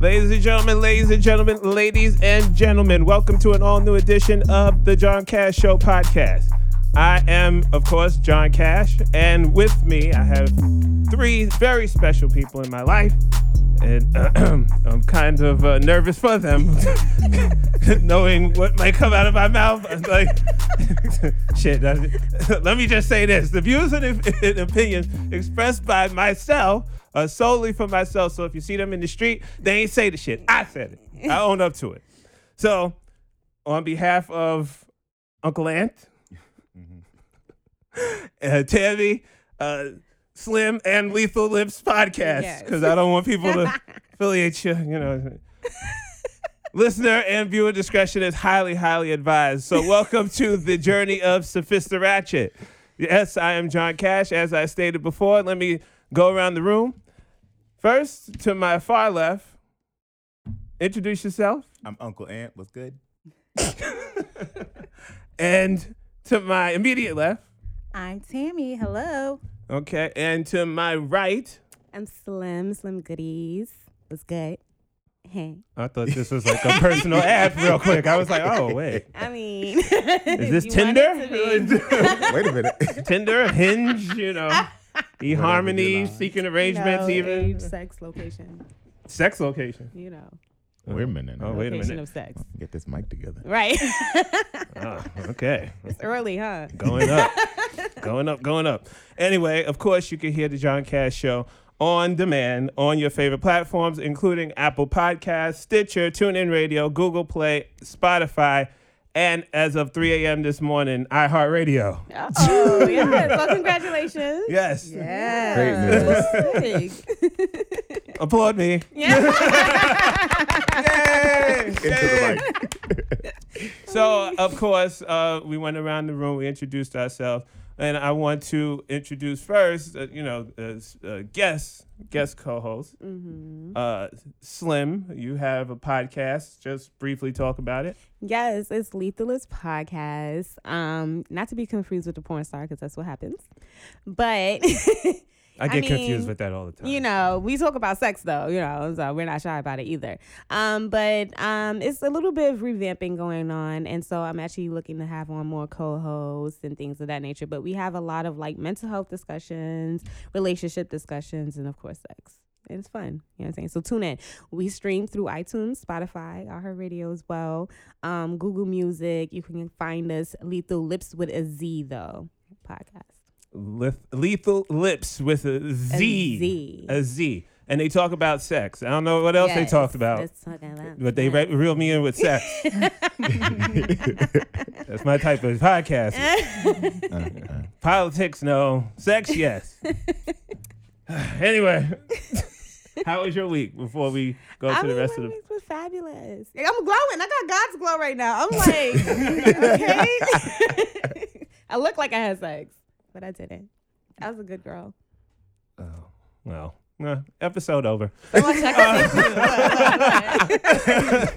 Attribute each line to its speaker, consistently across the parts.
Speaker 1: Ladies and gentlemen, ladies and gentlemen, ladies and gentlemen, welcome to an all new edition of the John Cash Show podcast. I am, of course, John Cash, and with me, I have three very special people in my life, and I'm kind of uh, nervous for them, knowing what might come out of my mouth. I'm Like, shit. that- let me just say this: the views and, and opinions expressed by myself are solely for myself. So if you see them in the street, they ain't say the shit. I said it. I own up to it. So, on behalf of Uncle Ant uh, Tammy, uh, Slim, and Lethal Lips podcast
Speaker 2: Yes.
Speaker 1: because I don't want people to affiliate you. You know, listener and viewer discretion is highly, highly advised. So, welcome to the journey of Sophista Ratchet. Yes, I am John Cash. As I stated before, let me go around the room. First, to my far left, introduce yourself.
Speaker 3: I'm Uncle Ant. What's good?
Speaker 1: And to my immediate left,
Speaker 2: I'm Tammy. Hello.
Speaker 1: okay, and to my right,
Speaker 2: I'm Slim. Slim Goodies. What's good? Hey.
Speaker 1: I thought this was like a personal ad real quick. I was like, oh, wait.
Speaker 2: I mean, is this
Speaker 1: Is this Tinder?
Speaker 3: Wait a minute.
Speaker 1: Tinder, Hinge, you know, eHarmony,
Speaker 3: you like.
Speaker 1: seeking arrangements, even
Speaker 2: age, sex, location.
Speaker 1: sex location.
Speaker 2: You know,
Speaker 3: Wait a minute.
Speaker 1: Oh,
Speaker 3: Oh,
Speaker 1: wait.
Speaker 3: wait.
Speaker 1: a
Speaker 2: location
Speaker 1: minute.
Speaker 2: of sex.
Speaker 3: Get this mic together.
Speaker 2: Right.
Speaker 1: Ah, okay.
Speaker 2: Early, huh?
Speaker 1: Going up, going up, going up. Anyway, of course, you can hear the John Cash Show on demand on your favorite platforms, including Apple Podcasts, Stitcher, TuneIn Radio, Google Play, Spotify, and as of 3 a.m. this morning, iHeartRadio.
Speaker 2: Oh, yes. Well, congratulations.
Speaker 1: Yes.
Speaker 2: Yeah. Great news.
Speaker 1: Applaud me.
Speaker 2: yeah.
Speaker 1: Yay!
Speaker 3: Into the mic.
Speaker 1: So, of course, uh, we went around the room, we introduced ourselves, and I want to introduce first, uh, you know, uh, s- uh, guest, guest co host,
Speaker 2: Mm-hmm.
Speaker 1: uh, Slim. You have a podcast, just briefly talk about it.
Speaker 2: Yes, it's Lethalist Podcast. Um, not to be confused with the porn star, because that's what happens. But
Speaker 1: I
Speaker 2: get confused mean, with
Speaker 1: that all the time.
Speaker 2: you know, we talk about sex though, you know, so we're not shy about it either. Um, but um, it's a little bit of revamping going on, and so I'm actually looking to have on more co-hosts and things of that nature. But we have a lot of like mental health discussions, relationship discussions, and of course, sex. And It's fun, you know what I'm saying. So tune in. We stream through iTunes, Spotify, iHeartRadio Radio as well, um, Google Music. You can find us Lethal Lips with a Z though podcast.
Speaker 1: Leth- lethal Lips with a
Speaker 2: A
Speaker 1: Z.
Speaker 2: Z.
Speaker 1: A Z. And they talk about sex. I don't know what else they talked about.
Speaker 2: Let's talk about
Speaker 1: But they re- reel me in with sex. That's my type of podcast.
Speaker 3: Uh, uh.
Speaker 1: Politics, no. Sex, yes. anyway, how was your week before we go to the rest of the?
Speaker 2: my weeks was fabulous. Like, I'm glowing. I got God's glow right now. I'm like, okay. I look like I had sex, but I didn't. I was a good girl.
Speaker 1: Oh, Well, eh, episode over.
Speaker 2: Someone check the-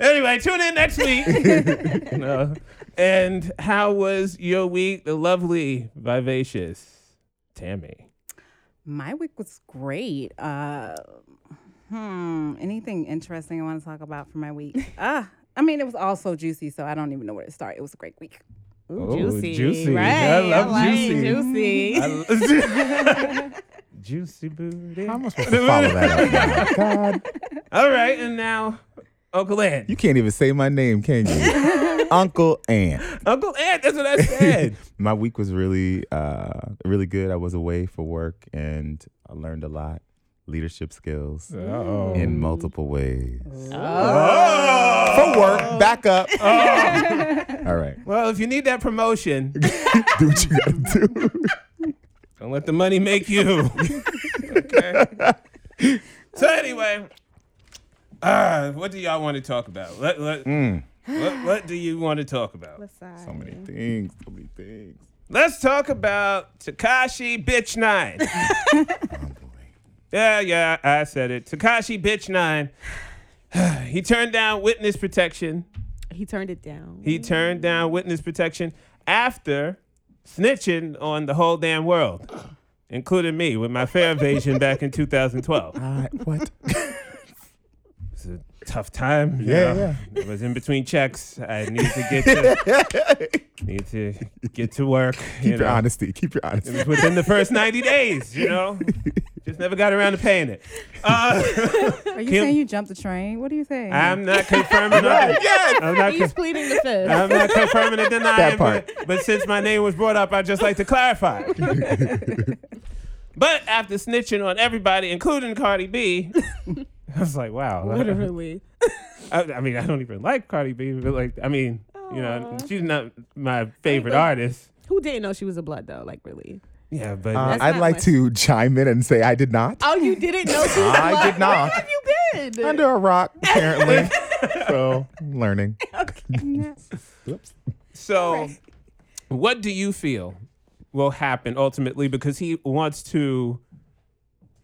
Speaker 1: Anyway, tune in next week. no. And how was your week? The lovely, vivacious Tammy.
Speaker 4: My week was great. Uh, hmm. Anything interesting I want to talk about for my week? Ah, I mean, it was all so juicy, so I don't even know where to start. It was a great week.
Speaker 2: Ooh,
Speaker 1: Oh,
Speaker 2: juicy,
Speaker 1: juicy.
Speaker 2: right?
Speaker 1: I love
Speaker 2: like
Speaker 1: juicy.
Speaker 2: juicy.
Speaker 1: Juicy booty.
Speaker 3: How am I supposed to follow that up? now? God,
Speaker 1: All right, and now Uncle Ant.
Speaker 3: you can't even say my name, can you? Uncle Ant.
Speaker 1: Uncle Ant, that's what I said.
Speaker 3: my week was really, uh, really good. I was away for work and I learned a lot. Leadership skills
Speaker 1: oh
Speaker 3: in multiple ways.
Speaker 1: Oh.
Speaker 3: For work, back up. All right,
Speaker 1: Well, if you need that promotion,
Speaker 3: do what you gotta do.
Speaker 1: don't let the money make you. okay. So anyway, uh, what do y'all want to talk about? Let, let,
Speaker 3: Hmm.
Speaker 1: what, what do you want to talk about? Let's,
Speaker 3: So many things, so many things.
Speaker 1: talk about Takashi Bitch Nine.
Speaker 3: Oh,
Speaker 1: yeah, yeah, I said it. Takashi Bitch Nine. he turned down witness protection.
Speaker 2: He turned it down.
Speaker 1: He turned down witness protection after snitching on the whole damn world, including me with my fair evasion back in 2012.
Speaker 3: Uh, what?
Speaker 1: tough time. you
Speaker 3: Yeah,
Speaker 1: know. It was in between checks. I need to get to need to get to work.
Speaker 3: Keep
Speaker 1: you
Speaker 3: your
Speaker 1: know.
Speaker 3: honesty. Keep your
Speaker 1: It
Speaker 3: honesty.
Speaker 1: was within the first 90 days, you know? Just never got around to paying it. Uh,
Speaker 4: Are you
Speaker 1: Kim-
Speaker 4: saying you jumped the train? What are you saying?
Speaker 1: I'm not confirming. or- I'm not
Speaker 5: He's
Speaker 1: con-
Speaker 5: pleading the fifth.
Speaker 1: I'm not confirming or denying,
Speaker 3: That part.
Speaker 1: But, but since my name was brought up, I'd just like to clarify. but after snitching on everybody, including Cardi B, I was like, wow.
Speaker 5: Literally.
Speaker 1: I, I mean, I don't even like Cardi B, but like, I mean, you know,
Speaker 5: Aw.
Speaker 1: she's not my favorite
Speaker 5: but-
Speaker 1: artist.
Speaker 2: Who didn't know she was a blood though? Like really?
Speaker 1: Yeah, but
Speaker 3: Uh,
Speaker 2: That's
Speaker 3: I'd
Speaker 2: not
Speaker 3: like
Speaker 2: much.
Speaker 3: to chime in and say I did not.
Speaker 5: Oh, you didn't know she was
Speaker 3: I
Speaker 5: black?
Speaker 3: did not.
Speaker 5: Where have you been?
Speaker 2: Uh,
Speaker 3: Under a rock, apparently. so I'm learning.
Speaker 1: So, what do you feel will happen ultimately? Because he wants to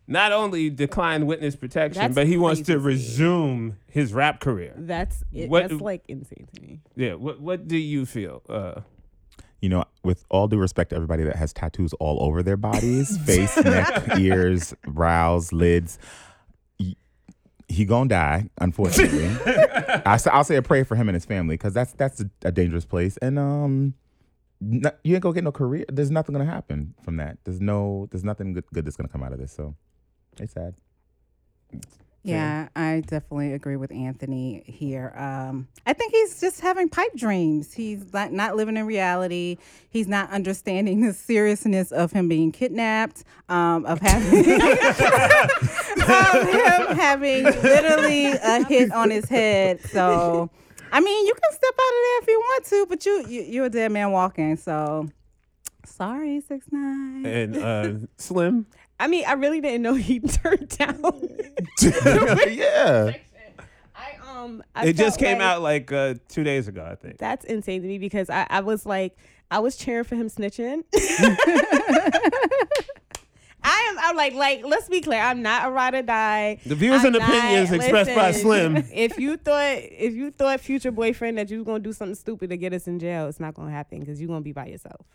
Speaker 1: not only decline witness protection,
Speaker 2: That's
Speaker 1: but he wants to
Speaker 2: crazy.
Speaker 1: resume his rap career.
Speaker 2: That's it,
Speaker 1: What-
Speaker 2: that's like insane to me.
Speaker 1: Yeah. What What do you feel? Uh,
Speaker 3: You know, with all due respect to everybody that has tattoos all over their bodies, face, neck, ears, brows, lids, y- he gonna die, unfortunately. I, sa- I'll say a prayer for him and his family because that's that's a, a dangerous place. And um, no, you ain't gonna get no career. There's nothing gonna happen from that. There's no, there's nothing good, good that's gonna come out of this. So it's sad.
Speaker 4: Yeah, I definitely agree with Anthony here. Um, I think he's just having pipe dreams. He's not, not living in reality. He's not understanding the seriousness of him being kidnapped, um, of having of him having literally a hit on his head. So, I mean, you can step out of there if you want to, but you, you you're a dead man walking. So, sorry, six nine.
Speaker 1: and uh, Slim.
Speaker 2: I mean, I really didn't know he turned down.
Speaker 3: yeah.
Speaker 2: I um I
Speaker 1: it just
Speaker 2: felt
Speaker 1: came
Speaker 2: like-
Speaker 1: out like uh, two days ago, I think.
Speaker 2: That's insane to me because I, I was like, I was cheering for him snitching. I am. I'm like, like. Let's be clear. I'm not a ride or die.
Speaker 1: The views
Speaker 2: I'm
Speaker 1: and opinions expressed by Slim.
Speaker 2: If you thought, if you thought, future boyfriend, that you was gonna do something stupid to get us in jail, it's not gonna happen because you're gonna be by yourself.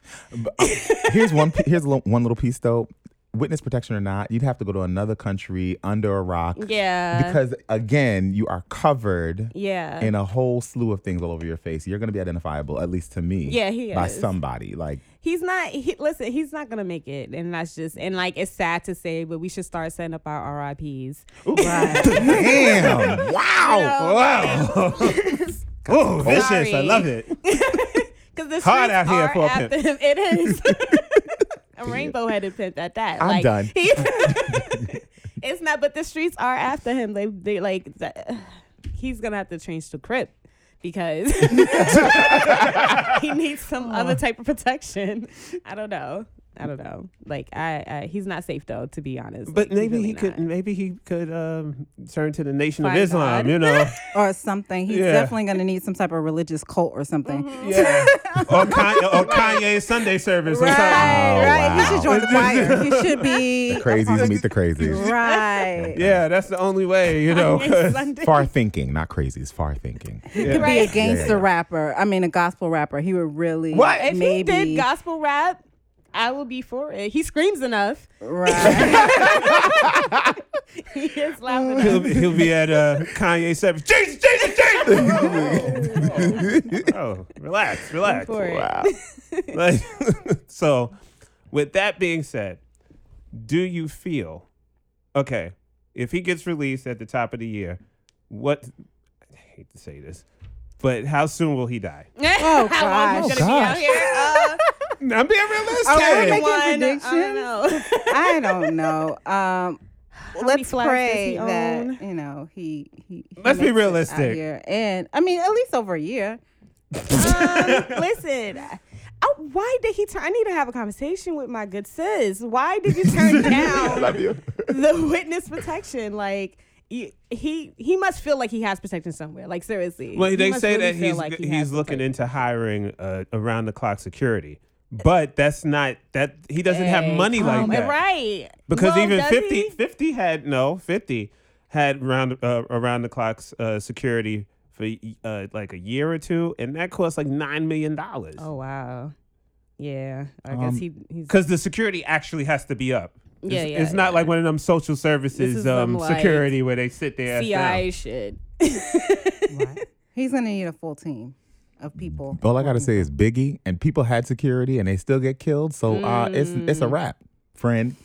Speaker 3: uh, here's one. p- Here's lo- one little piece though. Witness protection or not, you'd have to go to another country under a rock.
Speaker 2: Yeah.
Speaker 3: Because again, you are covered
Speaker 2: yeah.
Speaker 3: in a whole slew of things all over your face. You're going to be identifiable, at least to me.
Speaker 2: Yeah, he
Speaker 3: by
Speaker 2: is.
Speaker 3: somebody. Like
Speaker 2: he's not he listen he's not gonna make it and that's just and like it's sad to say but we should start setting up our rips
Speaker 3: damn, wow.
Speaker 1: Wow. oh, vicious. I
Speaker 2: Sorry.
Speaker 1: love it.
Speaker 2: because
Speaker 1: Hard
Speaker 2: the streets
Speaker 1: out here
Speaker 2: are
Speaker 1: for a
Speaker 2: after
Speaker 1: pimp.
Speaker 2: him. it is a rainbow-headed pimp at that
Speaker 3: I'm
Speaker 2: like,
Speaker 3: done.
Speaker 2: he- it's not but the streets are after him they they like that, he's gonna have to change to crip because he needs some other type of protection i don't know I don't know. Like I, I, he's not safe though. To be honest,
Speaker 1: But
Speaker 2: Like, he's
Speaker 1: maybe
Speaker 2: really
Speaker 1: he could.
Speaker 2: not.
Speaker 1: Maybe he could um, turn to the Nation
Speaker 2: Find
Speaker 1: of Islam.
Speaker 2: God.
Speaker 1: You know.
Speaker 4: or something. He's
Speaker 1: Yeah.
Speaker 4: definitely going to need some type of religious cult or something.
Speaker 1: Yeah. or Kanye, or Kanye's Sunday service or something.
Speaker 4: Right,
Speaker 3: Oh,
Speaker 4: right. He
Speaker 3: wow.
Speaker 4: should join the choir. He should be
Speaker 3: Crazies meet the crazies.
Speaker 4: Right.
Speaker 1: Yeah, that's the only way, you know. 'cause-
Speaker 2: Sunday.
Speaker 3: Far thinking, not crazies. Far thinking.
Speaker 4: He could be a
Speaker 2: Right.
Speaker 4: gangster
Speaker 3: Yeah, yeah.
Speaker 4: rapper. I mean, a gospel rapper. He would really
Speaker 3: What?
Speaker 2: If
Speaker 4: maybe
Speaker 2: he did gospel rap, I would be for it. He screams enough.
Speaker 4: right.
Speaker 2: He is loud
Speaker 1: He'll,
Speaker 2: enough.
Speaker 1: be- he'll be at uh, Kanye service. Jesus, Jesus, Jesus! oh, relax,
Speaker 2: I'm
Speaker 1: relax.
Speaker 2: for it.
Speaker 3: Wow.
Speaker 1: Like, so, with that being said, do you feel okay if he gets released at the top of the year? What I hate to say this, but how soon will he die?
Speaker 2: Oh
Speaker 4: gosh.
Speaker 2: How long you
Speaker 3: Oh,
Speaker 2: gonna be out
Speaker 3: gosh.
Speaker 2: here? Uh,
Speaker 1: I'm being
Speaker 4: Are we
Speaker 1: realistic.
Speaker 4: making
Speaker 2: one, I
Speaker 4: predictions?
Speaker 2: don't know.
Speaker 4: I don't know. Um,
Speaker 2: many
Speaker 4: let's
Speaker 2: flags does he
Speaker 4: pray that
Speaker 2: own?
Speaker 4: you know he. he, he
Speaker 1: Let's be
Speaker 4: makes it out
Speaker 1: realistic.
Speaker 4: here. and I mean at least over a year.
Speaker 2: um, listen. I, why did he turn? I need to have a conversation with my good sis. Why did you turn down the witness protection? Like you, he he must feel like he has protection somewhere. Like seriously.
Speaker 1: Well,
Speaker 2: He
Speaker 1: they
Speaker 2: must
Speaker 1: say
Speaker 2: really
Speaker 1: that
Speaker 2: feel
Speaker 1: he's
Speaker 2: like he has
Speaker 1: he's looking
Speaker 2: protection.
Speaker 1: into hiring uh, around the clock security, but that's not that he doesn't have money like
Speaker 2: Um,
Speaker 1: that.
Speaker 2: Right.
Speaker 1: Because
Speaker 2: Well,
Speaker 1: even
Speaker 2: does
Speaker 1: 50,
Speaker 2: he?
Speaker 1: 50 had no fifty had round uh, around the clock uh, security for uh, like a year or two, and that cost like nine million dollars.
Speaker 2: Oh wow. Yeah. I
Speaker 3: Um,
Speaker 2: guess he he's
Speaker 1: Because the security actually has to be up. It's,
Speaker 2: Yeah, yeah,
Speaker 1: it's not
Speaker 2: yeah.
Speaker 1: like one of them social services
Speaker 2: is
Speaker 1: um,
Speaker 2: some, like,
Speaker 1: security where they sit there.
Speaker 2: CI shit.
Speaker 4: He's gonna need a full team of people.
Speaker 3: All I gotta say is Biggie, and people had security, and they still get killed. So uh, it's it's
Speaker 2: Mm.
Speaker 3: a wrap, friend.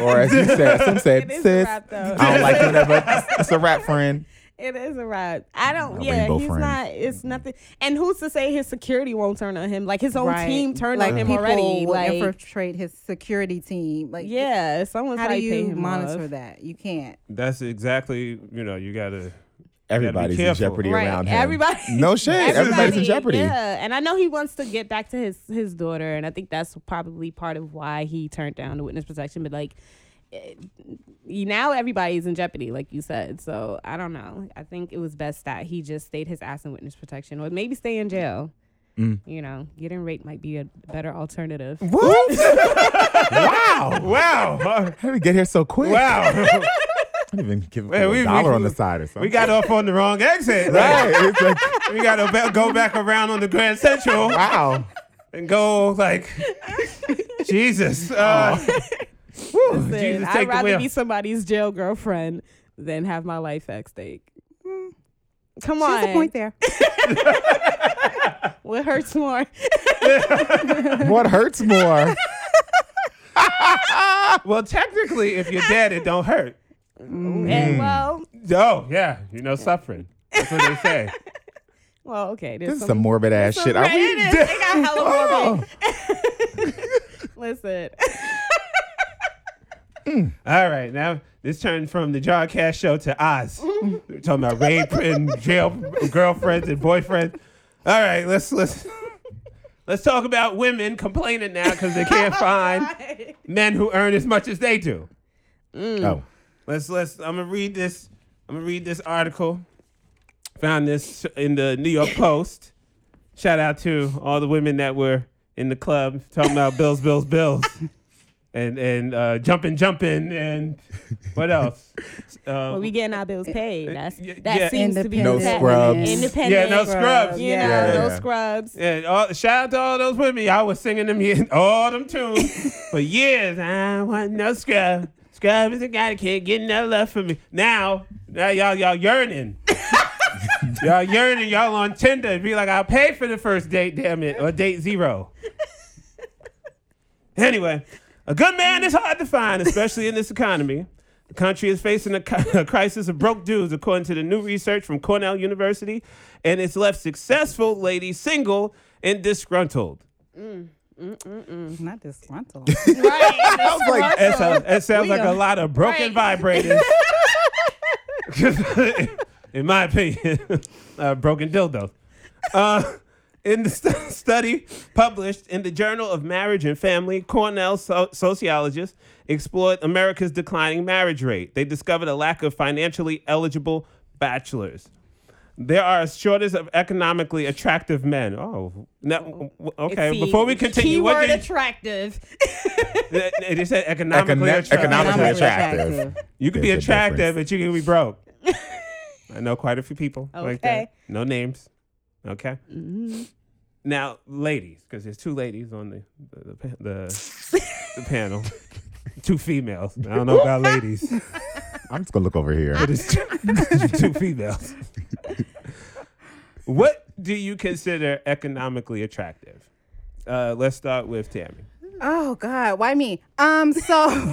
Speaker 3: or as you said, some said,
Speaker 2: It is a
Speaker 3: sis.
Speaker 2: wrap, though.
Speaker 3: I don't like you, there, but it's- it's a wrap, friend.
Speaker 2: It is a wrap. I don't.
Speaker 3: A
Speaker 2: yeah,
Speaker 3: rainbow
Speaker 2: he's
Speaker 3: friend.
Speaker 2: not. It's nothing. And who's to say his security won't turn on him? Like his own
Speaker 4: Right.
Speaker 2: team turned
Speaker 4: like
Speaker 2: on him
Speaker 4: people
Speaker 2: already.
Speaker 4: Will
Speaker 2: Like
Speaker 4: infiltrate his security team. Like
Speaker 2: yeah, someone's
Speaker 4: How do
Speaker 2: like paying
Speaker 4: you
Speaker 2: him
Speaker 4: monitor
Speaker 2: off.
Speaker 4: that? You can't.
Speaker 1: That's exactly, you know, you gotta.
Speaker 3: Everybody's in
Speaker 1: careful.
Speaker 3: jeopardy
Speaker 2: Right.
Speaker 3: around him.
Speaker 2: Everybody.
Speaker 3: No shit. Everybody's in jeopardy.
Speaker 2: Yeah, and I know he wants to get back to his his daughter, and I think that's probably part of why he turned down the witness protection. But like. eh, Now everybody's in jeopardy, like you said. So I don't know. I think it was best that he just stayed his ass in witness protection, or maybe stay in jail. You know, getting raped might be a better alternative.
Speaker 3: Wow.
Speaker 1: Wow. huh?
Speaker 3: How did we get here so quick?
Speaker 1: Wow.
Speaker 3: I didn't even give him
Speaker 1: Man,
Speaker 3: a
Speaker 1: we- we-
Speaker 3: dollar on the side or something.
Speaker 1: we got off on the wrong exit.
Speaker 3: right.
Speaker 1: Like,
Speaker 3: It's like,
Speaker 1: we gotta ba- go back around on the Grand Central
Speaker 3: wow.
Speaker 1: and go like, Jesus. Uh, whew,
Speaker 2: Listen,
Speaker 1: Jesus,
Speaker 2: I'd
Speaker 1: take the
Speaker 2: rather
Speaker 1: wheel.
Speaker 2: be somebody's jail girlfriend than have my life at stake. Hmm. Come on,
Speaker 4: There's a point there.
Speaker 2: What hurts more?
Speaker 3: What hurts more?
Speaker 1: Ah, Well, technically, if you're dead, it don't hurt.
Speaker 2: And well,
Speaker 1: Oh, yeah. You know, suffering. That's what they say.
Speaker 2: well, okay. There's
Speaker 3: This is
Speaker 2: some-
Speaker 3: some morbid ass shit. Are
Speaker 2: Right,
Speaker 3: we?
Speaker 2: it is. They got hella morbid. Listen,
Speaker 1: All right, now this turned from the John Cash show to Oz. We're talking about rape and jail girlfriends and boyfriends. All right, let's let's let's talk about women complaining now because they can't find men who earn as much as they do.
Speaker 3: Oh.
Speaker 1: Let's let's. I'm gonna read this. I'm gonna read this article. Found this in the New York Post. Shout out to all the women that were in the club talking about bills, bills, bills, and and uh, jumping, jumping, and what else? Um,
Speaker 2: well, we getting our bills paid. That's,
Speaker 1: yeah,
Speaker 2: that
Speaker 1: yeah.
Speaker 2: seems to be
Speaker 3: No
Speaker 2: the-
Speaker 3: scrubs.
Speaker 2: Independent.
Speaker 1: Yeah, no scrubs.
Speaker 2: You
Speaker 4: Yeah.
Speaker 2: know,
Speaker 3: Yeah.
Speaker 2: no scrubs.
Speaker 1: and all, shout out to all those women. Y'all was singing them ye- all them tunes for years. I don't want no scrub. Scrub is a guy that can't get no love from me. Now, now y'all y'all yearning. y'all yearning. Y'all on Tinder. Be like, I'll pay for the first date, damn it, or date zero. Anyway, a good man is hard to find, especially in this economy. The country is facing a, cri- a crisis of broke dudes, according to the new research from Cornell University, and it's left successful ladies single and disgruntled.
Speaker 4: Not disgruntled.
Speaker 2: Right.
Speaker 3: I was like,
Speaker 1: That sounds, that sounds like a lot of broken vibrators. in my opinion, uh, broken dildos. Uh, in the st- study published in the Journal of Marriage and Family, Cornell so- sociologists explored America's declining marriage rate. They discovered a lack of financially eligible bachelors. There are a shortage of economically attractive men. Oh, no, w- okay.
Speaker 2: See,
Speaker 1: Before we continue, what
Speaker 2: keyword
Speaker 1: did-
Speaker 2: attractive.
Speaker 1: they, they said economically
Speaker 3: Econo-
Speaker 1: attractive.
Speaker 3: economically
Speaker 4: Economically
Speaker 3: attractive.
Speaker 4: attractive.
Speaker 1: You could be
Speaker 3: There's a
Speaker 1: attractive, but you can be broke. I know quite a few people like
Speaker 2: Okay.
Speaker 1: that. No names. Okay. Now, ladies, because there's two ladies on the the, the, pa- the, the panel, two females. I don't know about ladies.
Speaker 3: I'm just gonna look over here.
Speaker 1: two females. what do you consider economically attractive? Uh, let's start with Tammy.
Speaker 4: Oh God, why me? Um, so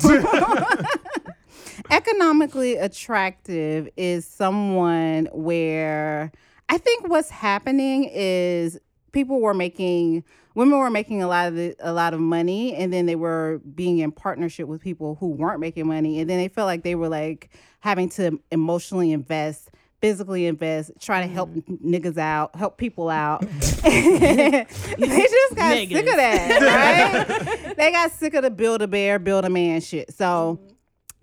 Speaker 4: economically attractive is someone where I think what's happening is people were making women were making a lot of the, a lot of money, and then they were being in partnership with people who weren't making money, and then they felt like they were like having to emotionally invest. Physically invest, try to help niggas out, help people out. they just got sick of that, right? they got sick of the build a bear, build a man shit. So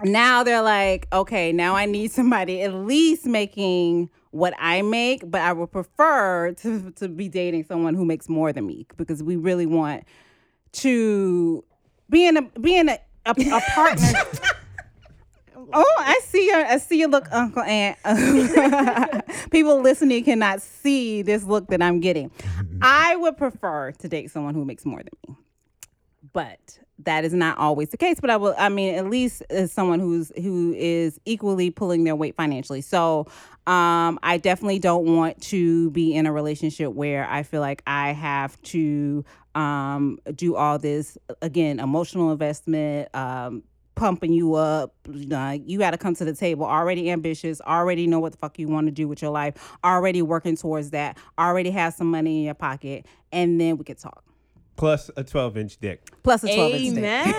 Speaker 4: now they're like, okay, now I need somebody at least making what I make, but I would prefer to, to be dating someone who makes more than me because we really want to be in a be in a, a, a partner. oh, I see your I see your look, Uncle Aunt. People listening cannot see this look that I'm getting. I would prefer to date someone who makes more than me. but that is not always the case but i will i mean at least as someone who's who is equally pulling their weight financially so um i definitely don't want to be in a relationship where i feel like i have to um do all this again emotional investment um pumping you up Nah, you got to come to the table already ambitious already know what the fuck you want to do with your life already working towards that already have some money in your pocket and then we could talk
Speaker 1: Plus a 12 inch dick.
Speaker 4: plus a 12 inch dick.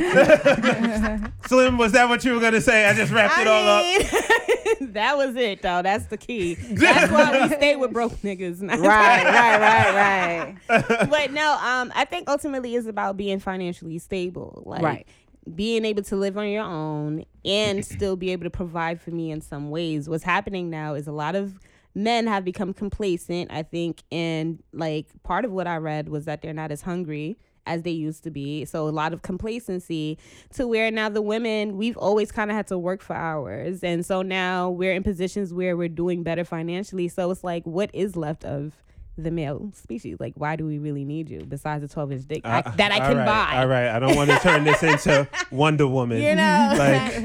Speaker 2: Amen.
Speaker 1: Slim, was that what you were going to say? I just wrapped it all up.
Speaker 2: I mean, that was it, though. That's the key. That's why we stay with broke niggas. not-
Speaker 4: right right right right
Speaker 2: but no, um, I think ultimately it's about being financially stable, like
Speaker 4: Right.
Speaker 2: being able to live on your own and still be able to provide for me in some ways. What's happening now is a lot of men have become complacent. I think, and like part of what I read was that they're not as hungry as they used to be. So a lot of complacency to where now the women we've always kind of had to work for ours. And so now we're in positions where we're doing better financially. So it's like what is left of the male species. Like, why do we really need you besides a 12 inch dick I, that I
Speaker 1: Uh, All
Speaker 2: can
Speaker 1: right,
Speaker 2: buy?
Speaker 1: All right. I don't want to turn this into Wonder Woman.
Speaker 2: You know,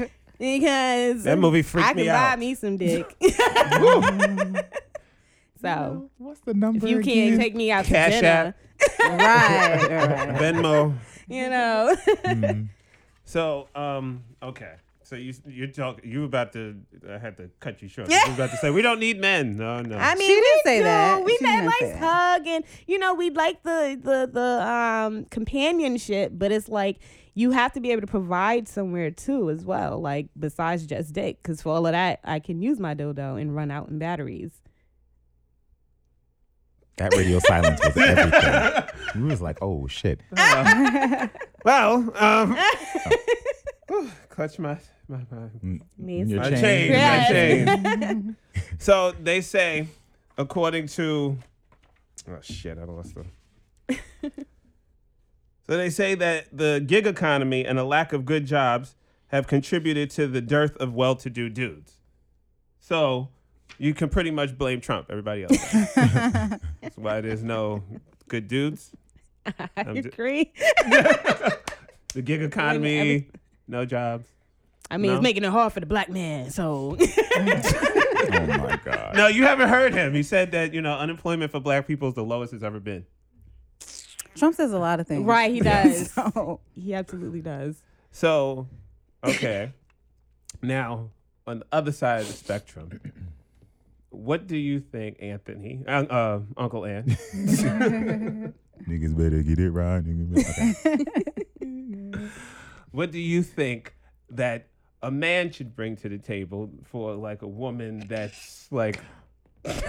Speaker 1: Like,
Speaker 2: because
Speaker 1: That movie freaked
Speaker 2: I can
Speaker 1: me
Speaker 2: buy
Speaker 1: out.
Speaker 2: me some dick. so
Speaker 3: What's the number?
Speaker 2: if you can't take me out
Speaker 1: Cash
Speaker 2: to dinner,
Speaker 4: right, right.
Speaker 1: Venmo.
Speaker 2: you know,
Speaker 1: So, um, okay. So you you talk you about to I had to cut you short. You were about to say we don't need men. No, no.
Speaker 2: I mean,
Speaker 4: She
Speaker 2: we
Speaker 4: didn't say
Speaker 2: do.
Speaker 4: that.
Speaker 2: We
Speaker 4: She
Speaker 2: met
Speaker 4: didn't
Speaker 2: nice
Speaker 4: say
Speaker 2: hugging. hug, and you know, we like the the the um companionship, but it's like you have to be able to provide somewhere too, as well. Like besides just dick, because for all of that, I can use my dildo and run out in batteries.
Speaker 3: That radio silence was everything. We was like, oh shit.
Speaker 1: well, um whew, clutch my my, my
Speaker 2: Me,
Speaker 3: Your
Speaker 1: my
Speaker 3: chain.
Speaker 1: chain.
Speaker 2: Yeah.
Speaker 1: My chain. so they say, according to Oh shit, I lost them. so they say that the gig economy and a lack of good jobs have contributed to the dearth of well to do dudes. So you can pretty much blame Trump, everybody else. That's why there's no good dudes.
Speaker 2: I
Speaker 1: I'm ju-
Speaker 2: agree.
Speaker 1: The gig economy, no jobs.
Speaker 2: I mean,
Speaker 1: No.
Speaker 2: it's making it hard for the black man. So
Speaker 3: Oh my god.
Speaker 1: No, you haven't heard him. He said that, you know, unemployment for black people is the lowest it's ever been.
Speaker 4: Trump says a lot of things.
Speaker 2: right, he does.
Speaker 4: So,
Speaker 2: he absolutely does.
Speaker 1: So, okay. now, on the other side of the spectrum, what do you think, Anthony, uh, uh, Uncle Ann?
Speaker 3: Niggas better get it right. Niggas better- Okay.
Speaker 1: what do you think that a man should bring to the table for like a woman that's like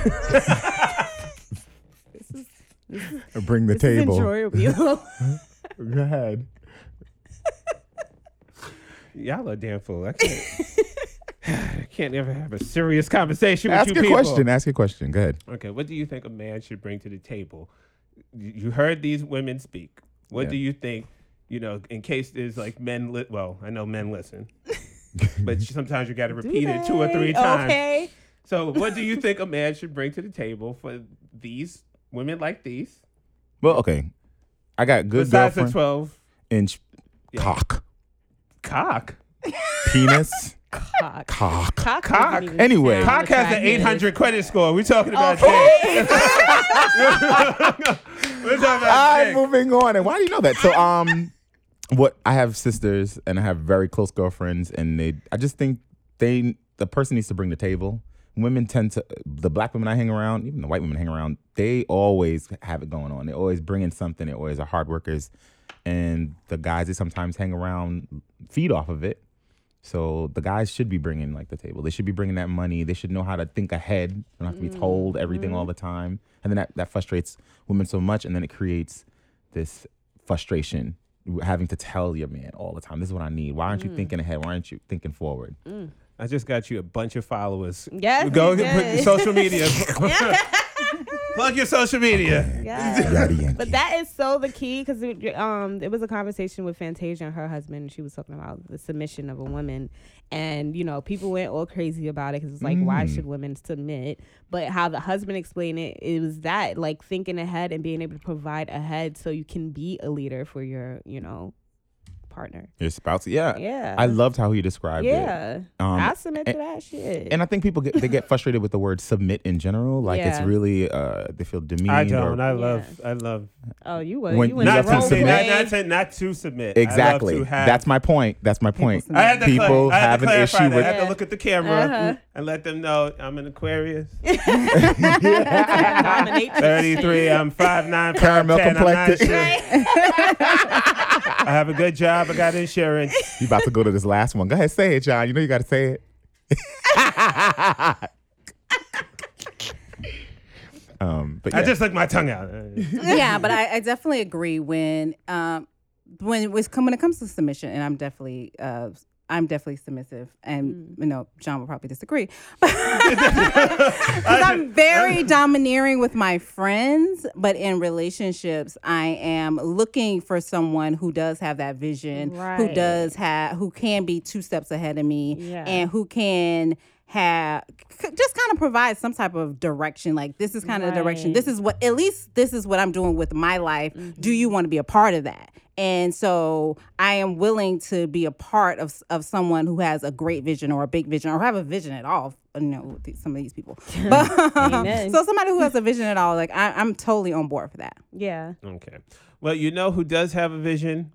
Speaker 3: Bring the table.
Speaker 2: Enjoyable.
Speaker 3: Go ahead.
Speaker 1: y'all a damn fool. I can't, I can't ever have a serious conversation with
Speaker 3: Ask
Speaker 1: you
Speaker 3: your
Speaker 1: people.
Speaker 3: question. Ask your question. Go ahead.
Speaker 1: Okay, what do you think a man should bring to the table? You you heard these women speak. What
Speaker 3: Yeah.
Speaker 1: do you think? You know, in case there's like men. Li- well, I know men listen, but sometimes you got to repeat it two or three times.
Speaker 2: Okay.
Speaker 1: So, what do you think a man should bring to the table for these women like these?
Speaker 3: Well, okay. I got good
Speaker 1: Besides the
Speaker 3: girlfriend
Speaker 1: twelve
Speaker 3: inch cock,
Speaker 1: cock,
Speaker 3: penis,
Speaker 2: Cock.
Speaker 3: cock.
Speaker 2: Cock.
Speaker 1: Cock.
Speaker 2: doesn't even
Speaker 3: Anyway.
Speaker 1: cock
Speaker 2: sound
Speaker 1: has an
Speaker 2: attractive.
Speaker 1: 800 credit score. We're talking about
Speaker 2: Okay.
Speaker 1: dick. We're talking about
Speaker 3: I'm
Speaker 1: dick.
Speaker 3: moving on. And why do you know that? So, um, what I have sisters and I have very close girlfriends, and they, I just think they, the person needs to bring the table. Women tend to, the black women I hang around, even the white women I hang around, they always have it going on. They always bring in something. They always are hard workers, and the guys they sometimes hang around feed off of it. So the guys should be bringing like the table. They should be bringing that money. They should know how to think ahead. They don't have to be told everything
Speaker 1: Mm-hmm.
Speaker 3: all the time. And then that, that frustrates women so much. And then it creates this frustration having to tell your man all the time, this is what I need. Why aren't
Speaker 1: Mm-hmm.
Speaker 3: you thinking ahead? Why aren't you thinking forward?
Speaker 1: I just got you a bunch of followers.
Speaker 2: Yes,
Speaker 1: Go
Speaker 2: you
Speaker 1: and put
Speaker 2: did.
Speaker 1: social media. Plug your social media.
Speaker 2: Yes.
Speaker 3: Daddy
Speaker 2: But that is so the key because it, um, it was a conversation with Fantasia and her husband, and she was talking about the submission of a woman. And, you know, people went all crazy about it because it's like, why
Speaker 1: Mm.
Speaker 2: should women submit? But how the husband explained it, it was that, like thinking ahead and being able to provide ahead so you can be a leader for your, you know, partner.
Speaker 3: Your spouse.
Speaker 1: Uh,
Speaker 3: Yeah.
Speaker 2: Yeah.
Speaker 3: I loved how he described it.
Speaker 2: yeah.
Speaker 3: Um,
Speaker 2: I submit to
Speaker 3: and-
Speaker 2: that shit.
Speaker 3: And I think people get they get frustrated with the word submit in general. Like
Speaker 2: Yeah.
Speaker 3: it's really uh they feel demeaned.
Speaker 1: I
Speaker 3: or-
Speaker 1: don't. I love. I love.
Speaker 2: oh, you was.
Speaker 3: when-
Speaker 2: you
Speaker 3: When
Speaker 2: went
Speaker 3: you
Speaker 1: Not
Speaker 2: the
Speaker 3: have
Speaker 1: to,
Speaker 2: wrong
Speaker 3: to
Speaker 1: submit, not,
Speaker 2: way.
Speaker 1: not to not to submit. I love
Speaker 3: exactly.
Speaker 1: to have-
Speaker 3: That's my point. That's my point.
Speaker 1: I had to
Speaker 3: People
Speaker 1: cla- I had
Speaker 3: have
Speaker 1: to
Speaker 3: an
Speaker 1: clarify
Speaker 3: issue
Speaker 1: that.
Speaker 3: with-
Speaker 1: I had to
Speaker 2: Yeah.
Speaker 1: look at the camera
Speaker 2: Uh-huh.
Speaker 1: and let them know I'm an Aquarius.
Speaker 2: Dominatrix.
Speaker 1: 33. I'm 5'9",
Speaker 3: Caramel
Speaker 1: 5'10", I'm not
Speaker 3: complected.
Speaker 1: sure. I have a good job. I got insurance.
Speaker 3: You about to go to this last one. Go ahead, say it, John. You know you gotta say it. um but yeah.
Speaker 1: I just took my tongue out.
Speaker 4: yeah, but I, I definitely agree when um when it was come, when it comes to submission, and I'm definitely uh I'm definitely submissive, and you know John will probably disagree, because I'm very domineering with my friends, but in relationships, I am looking for someone who does have that vision, who
Speaker 2: Right.
Speaker 4: does have who can be two steps ahead of me,
Speaker 2: Yeah.
Speaker 4: and who can have just kind of provide some type of direction like this is kind of the direction
Speaker 2: Right. Mm-hmm.
Speaker 4: this is what at least this is what i'm doing with my life do you want to be a part of that and so i am willing to be a part of, of someone who has a great vision or a big vision or have a vision at all you know with these- some of these people but,
Speaker 2: Amen.
Speaker 4: so somebody who has a vision at all like I, i'm totally on board for that
Speaker 2: Yeah.
Speaker 1: Okay. Well, you know who does have a vision?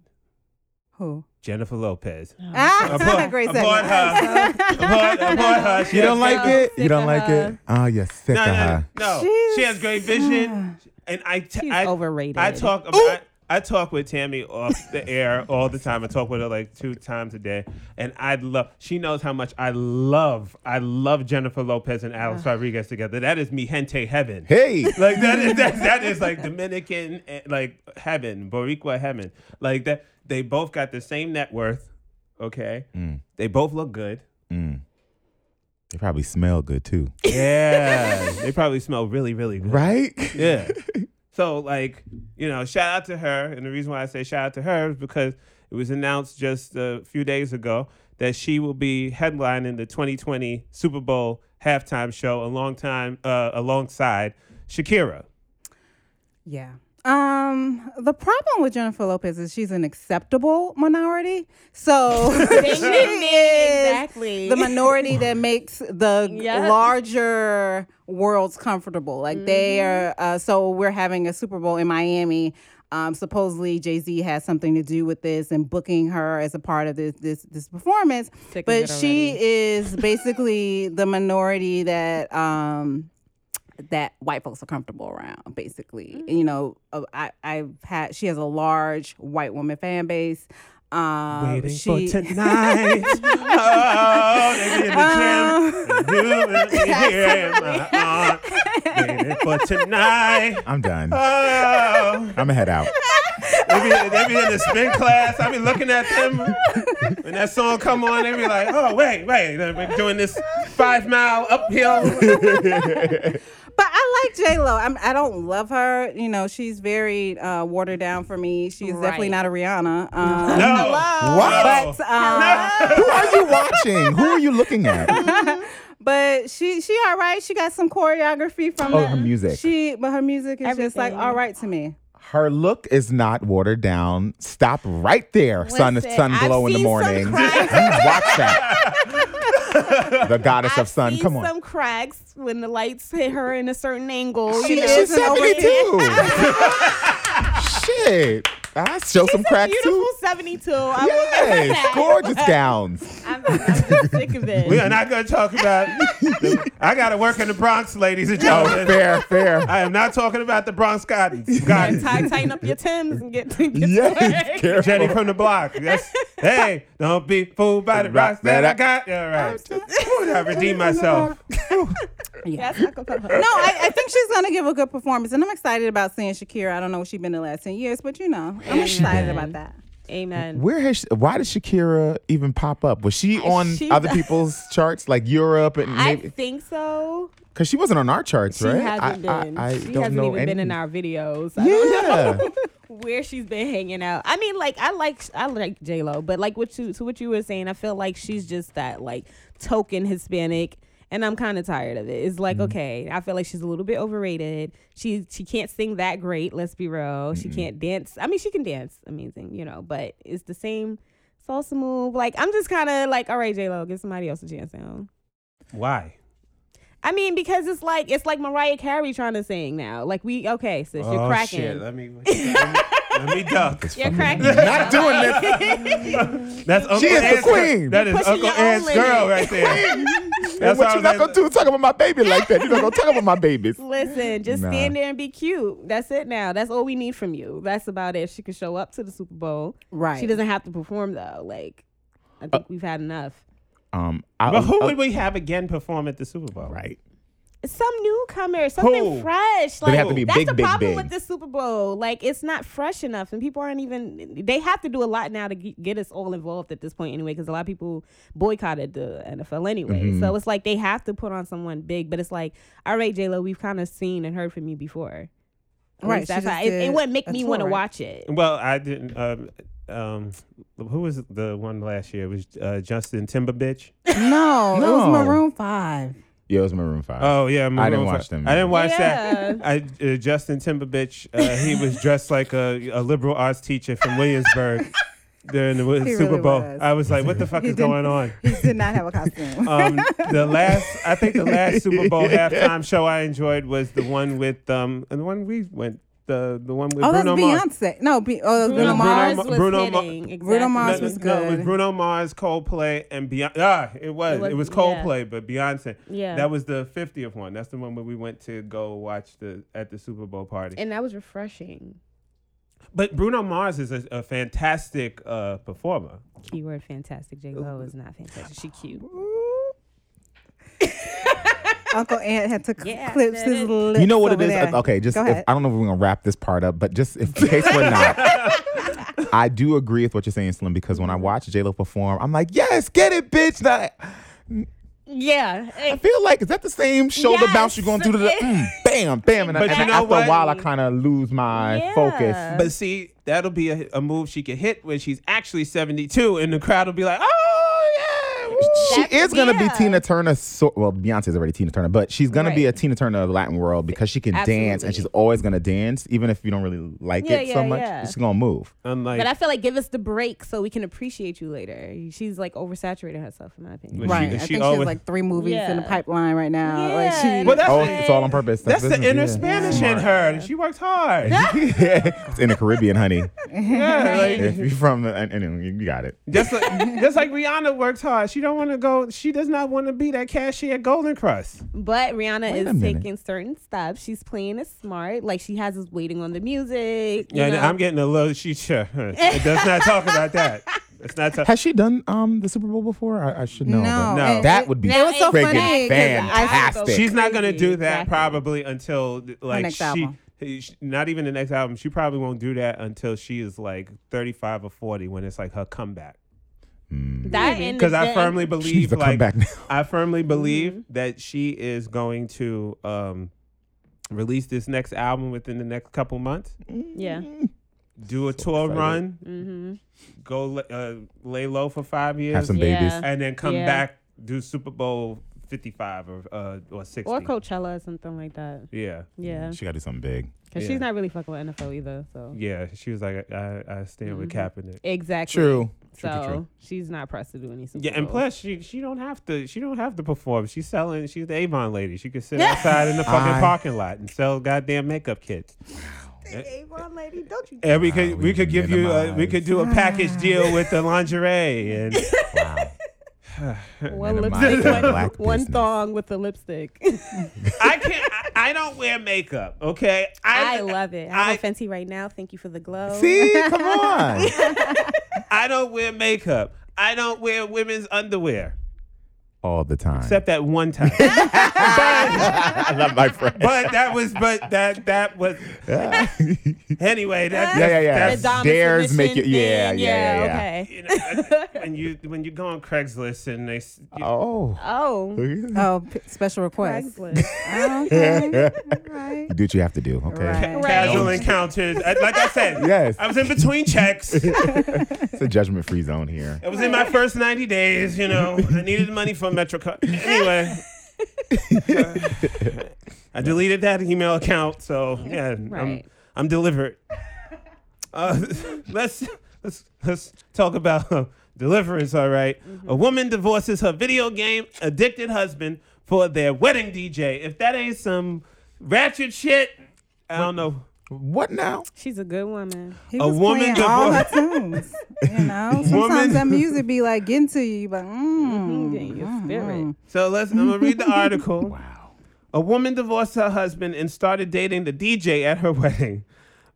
Speaker 4: who
Speaker 1: Jennifer Lopez.
Speaker 2: Oh,
Speaker 4: ah,
Speaker 1: Applaud-
Speaker 4: great
Speaker 1: applaud
Speaker 4: segue.
Speaker 1: her. Applaud- applaid her. She
Speaker 3: You don't
Speaker 1: has-
Speaker 3: like
Speaker 2: Yeah.
Speaker 3: it? You don't
Speaker 2: Sick
Speaker 3: like
Speaker 2: of
Speaker 3: it?
Speaker 2: her.
Speaker 3: Ah, you're sick
Speaker 1: No,
Speaker 3: of
Speaker 1: no,
Speaker 3: her.
Speaker 1: no. She has great vision, and I. t-
Speaker 2: She's
Speaker 1: I-
Speaker 2: overrated.
Speaker 1: I talk about. I talk with Tammy off the air all the time. I talk with her like two times a day, and I love. She knows how much I love. I love Jennifer Lopez and Alex Rodriguez together. That is mi gente heaven.
Speaker 3: Hey.
Speaker 1: Like that is that, that is like Dominican eh, like heaven, Boricua heaven. Like that they both got the same net worth. Okay, they both look good.
Speaker 3: Mm, They probably smell good too.
Speaker 1: Yeah, they probably smell really really good.
Speaker 3: Right?
Speaker 1: Yeah. so like, you know, shout out to her. And the reason why I say shout out to her is because it was announced just a few days ago that she will be headlining the 2020 Super Bowl halftime show a long time uh, alongside Shakira.
Speaker 4: Yeah. Um, the problem with Jennifer Lopez is she's an acceptable minority. So she
Speaker 2: ding, ding,
Speaker 4: is
Speaker 2: exactly.
Speaker 4: the minority that makes the
Speaker 2: Yep.
Speaker 4: larger worlds comfortable. Like they
Speaker 2: Mm-hmm.
Speaker 4: are. Uh, so we're having a Super Bowl in Miami. Um, supposedly Jay Z has something to do with this and booking her as a part of this this this performance.
Speaker 2: Sick of
Speaker 4: but
Speaker 2: it
Speaker 4: she
Speaker 2: already.
Speaker 4: is basically the minority that um that white folks are comfortable around basically you know uh, i i've had she has a large white woman fan base um
Speaker 1: Waiting for
Speaker 4: she
Speaker 1: tonight. oh, they be in the gym. You will be here in my arms. Waiting for tonight.
Speaker 3: I'm done.
Speaker 1: Oh,
Speaker 3: I'm gonna head out.
Speaker 1: they be, they be in the spin class. I be looking at them. When that song come on, they be like, oh, wait, wait. They've been doing this five mile uphill.
Speaker 4: but i like j lo I'm, i don't love her you know she's very uh watered down for me she's definitely
Speaker 2: Right.
Speaker 4: not a rihanna um
Speaker 1: No.
Speaker 3: What?
Speaker 4: but um
Speaker 3: Who are you watching? Who are you looking at?
Speaker 4: but she she all right she got some choreography from
Speaker 3: Oh,
Speaker 4: it.
Speaker 3: her music.
Speaker 4: she but her music is just like
Speaker 2: Everything.
Speaker 4: all right to me
Speaker 3: Her look is not watered down. Stop right there, sun.
Speaker 2: Listen,
Speaker 3: Sun
Speaker 2: I've
Speaker 3: glow in the
Speaker 2: seen some
Speaker 3: morning. You watch
Speaker 2: cracks.
Speaker 3: that. The goddess
Speaker 2: I've
Speaker 3: of sun.
Speaker 2: seen
Speaker 3: Come on.
Speaker 2: some cracks when the lights hit her in a certain angle.
Speaker 3: She-
Speaker 2: you know,
Speaker 3: she's
Speaker 2: it's an over-
Speaker 3: 72. Shit. I show some
Speaker 2: She's a
Speaker 3: cracks
Speaker 2: beautiful
Speaker 3: too.
Speaker 2: 72. I will give her
Speaker 3: Yes,
Speaker 2: that.
Speaker 3: gorgeous gowns.
Speaker 2: I'm, I'm just sick of it.
Speaker 1: We are not going to talk about. I got to work in the Bronx, ladies and
Speaker 3: Oh,
Speaker 1: gentlemen.
Speaker 3: fair, fair.
Speaker 1: I am not talking about the Bronx Gardens. Gardens.
Speaker 2: Tie, tighten up your Timbs and get, get
Speaker 3: Yes,
Speaker 2: to work.
Speaker 3: careful.
Speaker 1: Jenny from the block. That's, hey, don't be fooled by the
Speaker 3: Rock
Speaker 1: rocks that,
Speaker 3: that
Speaker 1: I got. Yeah, all right. Ooh, I redeemed myself.
Speaker 2: Yes, I could put her.
Speaker 4: no, I, I think she's gonna give a good performance, and I'm excited about seeing Shakira. I don't know what she's been in the last ten years, but you know, I'm excited about that.
Speaker 2: Amen.
Speaker 3: Where has why did Shakira even pop up? Was she on
Speaker 2: She's-
Speaker 3: other people's charts like Europe and
Speaker 2: I
Speaker 3: maybe
Speaker 2: think so.
Speaker 3: because she wasn't on our charts,
Speaker 2: She
Speaker 3: right?
Speaker 2: hasn't
Speaker 3: I,
Speaker 2: been.
Speaker 3: I, I
Speaker 2: she
Speaker 3: don't
Speaker 2: hasn't
Speaker 3: know
Speaker 2: even been
Speaker 3: any-
Speaker 2: in our videos. I don't know
Speaker 3: Yeah,
Speaker 2: where she's been hanging out. I mean, like I like I like J Lo, but like what you to what you were saying, I feel like she's just that like token Hispanic. And I'm kind of tired of it. It's like, okay, I feel like she's a little bit overrated. She she can't sing that great. Let's be real. She can't dance. I mean, she can dance, amazing, you know. But it's the same salsa move. Like I'm just kind of like, all right, J Lo, give somebody else a chance now.
Speaker 1: Why?
Speaker 2: I mean, because it's like it's like Mariah Carey trying to sing now. Like we okay, sis, you're
Speaker 1: oh
Speaker 2: cracking.
Speaker 1: shit! Let me let me, let me duck.
Speaker 2: You're cracking.
Speaker 3: not doing this.
Speaker 1: That's Uncle
Speaker 3: is the
Speaker 1: Ed's
Speaker 3: queen.
Speaker 1: That is
Speaker 2: Pushing
Speaker 1: Uncle
Speaker 2: your own
Speaker 1: Ed's girl
Speaker 2: limit.
Speaker 1: right there.
Speaker 3: That's
Speaker 1: That's
Speaker 3: what
Speaker 1: all
Speaker 3: you not gonna
Speaker 1: that-
Speaker 3: do? Talk about my baby like that? You not gonna talk about my babies?
Speaker 2: Listen, just
Speaker 3: Nah.
Speaker 2: stand there and be cute. That's it now. That's all we need from you. That's about it. She can show up to the Super Bowl.
Speaker 4: Right.
Speaker 2: She doesn't have to perform though. Like, I think we've had enough.
Speaker 3: Um, I,
Speaker 1: But who
Speaker 3: uh,
Speaker 1: would we have again perform at the Super Bowl?
Speaker 3: right?
Speaker 2: Some newcomer, something
Speaker 1: Who?
Speaker 2: fresh.
Speaker 3: But
Speaker 2: Like
Speaker 3: it have to be
Speaker 2: that's
Speaker 3: big,
Speaker 2: the
Speaker 3: big,
Speaker 2: problem
Speaker 3: big.
Speaker 2: with the Super Bowl. Like it's not fresh enough, and people aren't even. They have to do a lot now to g- get us all involved at this point anyway, because a lot of people boycotted the NFL anyway.
Speaker 3: Mm-hmm.
Speaker 2: So it's like they have to put on someone big. But it's like, all right, J Lo, we've kind of seen and heard from you before. At
Speaker 4: Right,
Speaker 2: least
Speaker 4: she
Speaker 2: That's
Speaker 4: just
Speaker 2: how, it, it
Speaker 4: did
Speaker 2: wouldn't make
Speaker 4: a
Speaker 2: me
Speaker 4: tour,
Speaker 2: want to
Speaker 4: right?
Speaker 2: watch it.
Speaker 1: Well, I didn't. Um, um, who was the one last year? It was uh, Justin Timberbitch.
Speaker 4: No, it
Speaker 3: No.
Speaker 4: was Maroon Five.
Speaker 3: Yeah, it was Maroon Five.
Speaker 1: Oh yeah,
Speaker 3: I didn't
Speaker 1: Maroon five.
Speaker 3: watch them
Speaker 1: I didn't
Speaker 3: either.
Speaker 1: watch
Speaker 2: Yeah.
Speaker 1: that. I, uh, Justin Timberbitch. Uh, he was dressed like a, a liberal arts teacher from Williamsburg during the
Speaker 4: He
Speaker 1: Super
Speaker 4: really
Speaker 1: Bowl.
Speaker 4: was.
Speaker 1: I was like, what the fuck
Speaker 4: He
Speaker 1: is
Speaker 4: didn't-
Speaker 1: going on?
Speaker 4: He did not have a costume.
Speaker 1: Um, the last, I think, the last Super Bowl halftime show I enjoyed was the one with um, and the one we went the the one with
Speaker 4: oh, that's
Speaker 1: Bruno Mars.
Speaker 4: Beyonce. No, be, oh, that's
Speaker 2: Bruno
Speaker 4: Bruno
Speaker 2: Mars
Speaker 4: Mars.
Speaker 2: was
Speaker 1: Bruno Ma-
Speaker 2: hitting. Exactly.
Speaker 4: Bruno Mars
Speaker 1: No,
Speaker 4: was
Speaker 1: no, it was
Speaker 4: good.
Speaker 1: Bruno Mars, Coldplay, and Beyonce. Ah, it was. It
Speaker 2: It
Speaker 1: was,
Speaker 2: was-
Speaker 1: Coldplay, but Beyonce.
Speaker 2: Yeah.
Speaker 1: That was the 50th one. That's the one where we went to go watch the at the Super Bowl party.
Speaker 2: and that was refreshing.
Speaker 1: but Bruno Mars is a, a fantastic uh, performer.
Speaker 2: Keyword fantastic. J Lo is not fantastic. She cute.
Speaker 4: Uncle Ant had to cl-
Speaker 2: Yeah,
Speaker 4: clip
Speaker 2: that
Speaker 4: his
Speaker 2: is-
Speaker 4: lips.
Speaker 3: You know what it
Speaker 4: over
Speaker 3: is?
Speaker 4: there.
Speaker 3: Uh, Okay, just
Speaker 4: Go
Speaker 3: if,
Speaker 4: ahead.
Speaker 3: I don't know if we're gonna wrap this part up, but just if, in case we're not, I do agree with what you're saying, Slim, because when I watch J Lo perform, I'm like, yes, get it, bitch. Now,
Speaker 2: Yeah.
Speaker 3: I feel like is that the same shoulder
Speaker 2: Yes.
Speaker 3: bounce you're going through to the mm, bam, bam, and, I-
Speaker 1: But
Speaker 3: and
Speaker 1: you know
Speaker 3: after
Speaker 1: what?
Speaker 3: a while I kind of lose my
Speaker 2: Yeah.
Speaker 3: focus.
Speaker 1: But see, that'll be a, a move she could hit when she's actually 72, and the crowd will be like, oh, yeah. woo."
Speaker 3: She
Speaker 2: That's-
Speaker 3: is gonna
Speaker 2: yeah.
Speaker 3: be Tina Turner. So, well, Beyonce's already Tina Turner, but she's gonna be
Speaker 2: Right.
Speaker 3: a Tina Turner of the Latin world because she can dance and
Speaker 2: Absolutely.
Speaker 3: she's always gonna dance, even if you don't really like
Speaker 2: Yeah,
Speaker 3: it so
Speaker 2: yeah,
Speaker 3: much.
Speaker 2: yeah.
Speaker 3: She's gonna move.
Speaker 1: Unlike
Speaker 2: But I feel like give us the break so we can appreciate you later. She's like oversaturating herself, in my opinion.
Speaker 1: She-
Speaker 4: Right.
Speaker 1: she
Speaker 4: I think she
Speaker 1: always-
Speaker 4: has like three movies in the
Speaker 2: Yeah.
Speaker 4: pipeline right now. Like
Speaker 2: Yeah.
Speaker 4: she,
Speaker 1: Well, that's
Speaker 3: Oh,
Speaker 1: the-
Speaker 3: it's all on purpose.
Speaker 1: That's the
Speaker 3: business,
Speaker 1: inner
Speaker 3: yeah.
Speaker 1: Spanish in her. She works hard.
Speaker 3: it's in the Caribbean, honey.
Speaker 1: Yeah, like-
Speaker 3: If you're from, the- and, and you got it.
Speaker 1: Just like, just like Rihanna works hard. She don't want to go. She does not want to be that cashier at Golden Crust.
Speaker 2: But Rihanna
Speaker 3: Wait a
Speaker 2: is
Speaker 3: minute.
Speaker 2: taking certain steps. She's playing it smart. Like she has us waiting on the music. you
Speaker 1: Yeah,
Speaker 2: know?
Speaker 1: I'm getting a little. She sure. Let's not talk about that. Let's not talk.
Speaker 3: Has she done um the Super Bowl before? I, I should know. but
Speaker 4: No.
Speaker 1: No.
Speaker 4: and
Speaker 3: That would be
Speaker 4: It was so
Speaker 3: freaking
Speaker 4: funny 'cause I-
Speaker 3: fantastic.
Speaker 1: She's not gonna
Speaker 2: Crazy,
Speaker 1: do that
Speaker 2: exactly.
Speaker 1: probably until like
Speaker 4: next
Speaker 1: she.
Speaker 4: album.
Speaker 1: she- Not even the next album. She probably won't do that until she is like 35 or 40 when it's like her comeback.
Speaker 3: Hmm.
Speaker 2: That and
Speaker 1: Because I
Speaker 2: the-
Speaker 1: firmly
Speaker 3: She's
Speaker 1: believe
Speaker 3: the
Speaker 1: like
Speaker 3: comeback now.
Speaker 1: I firmly believe
Speaker 2: Mm-hmm.
Speaker 1: that she is going to um, release this next album within the next couple months.
Speaker 2: Yeah.
Speaker 1: do a tour
Speaker 3: excited.
Speaker 1: run,
Speaker 2: Mm-hmm.
Speaker 1: go la- uh, lay low for five years,
Speaker 3: Have some
Speaker 2: Yeah.
Speaker 3: babies.
Speaker 1: and then come
Speaker 2: Yeah.
Speaker 1: back do Super Bowl fifty five or uh, or sixty.
Speaker 2: Or Coachella or something like that.
Speaker 1: yeah,
Speaker 2: Yeah.
Speaker 3: She got to do something big.
Speaker 2: Because
Speaker 1: Yeah.
Speaker 2: she's not really fucking with NFL either. So.
Speaker 1: yeah. She was like, I, I I stand with
Speaker 2: Mm-hmm.
Speaker 1: Kaepernick.
Speaker 2: Exactly.
Speaker 3: True.
Speaker 2: So
Speaker 3: True, true, true.
Speaker 2: she's not pressed to do any Super
Speaker 1: Yeah, and
Speaker 2: Bowl.
Speaker 1: plus she she don't have to she don't have to perform. She's selling. She's the Avon lady. She could sit outside in the fucking
Speaker 3: I-
Speaker 1: parking lot and sell goddamn makeup kits.
Speaker 4: Avon lady, don't you?
Speaker 1: And we could
Speaker 3: Wow,
Speaker 1: we
Speaker 3: you
Speaker 1: could give you a, we
Speaker 3: minimize.
Speaker 1: could do a package deal with the lingerie and
Speaker 2: one
Speaker 3: minimize
Speaker 2: lipstick,
Speaker 3: the
Speaker 2: one,
Speaker 3: black
Speaker 2: one
Speaker 3: business.
Speaker 2: thong with the lipstick.
Speaker 1: I can't I, I don't wear makeup. Okay,
Speaker 2: I love it.
Speaker 1: I-
Speaker 2: I'm on Fenty right now. Thank you for the glow.
Speaker 3: See, come on.
Speaker 1: I don't wear makeup. I don't wear women's underwear.
Speaker 3: all the time.
Speaker 1: except that one time.
Speaker 3: I love my friend.
Speaker 1: but that was, but that that was.
Speaker 3: yeah,
Speaker 1: Anyway, that,
Speaker 3: yeah, yeah.
Speaker 1: that's-
Speaker 2: The dom
Speaker 3: Dares
Speaker 2: submission
Speaker 3: make you. Yeah,
Speaker 2: thing.
Speaker 3: yeah,
Speaker 2: Okay.
Speaker 3: yeah. yeah.
Speaker 1: you know, when you when you go on Craigslist and they s- you-
Speaker 3: Oh.
Speaker 2: Oh.
Speaker 4: Oh, p- special request.
Speaker 2: Craigslist.
Speaker 4: okay. All right.
Speaker 3: Do what you have to do. Okay.
Speaker 4: Right.
Speaker 1: casual
Speaker 2: Right.
Speaker 1: encounters. I- like I said,
Speaker 3: Yes.
Speaker 1: I was in between checks. It
Speaker 3: It's a judgment free zone here.
Speaker 1: was in my first 90 days, you know. I needed money for MetroCard. Anyway. uh, I deleted that email account, so yeah, I'm,
Speaker 2: Right.
Speaker 1: I'm delivered. Uh, let's let's let's talk about uh, deliverance. All right. a woman divorces her video game addicted husband for their wedding DJ. If that ain't some ratchet shit, I don't know.
Speaker 3: What now?
Speaker 2: She's a good woman.
Speaker 4: He
Speaker 1: A
Speaker 4: was
Speaker 1: woman
Speaker 4: playing all her
Speaker 1: divorced-
Speaker 4: tunes. You know, sometimes
Speaker 1: Woman-
Speaker 4: that music be like getting to you, but mm,
Speaker 2: Get in your spirit.
Speaker 1: So let's. I'm gonna read the article.
Speaker 3: Wow.
Speaker 1: A woman divorced her husband and started dating the DJ at her wedding.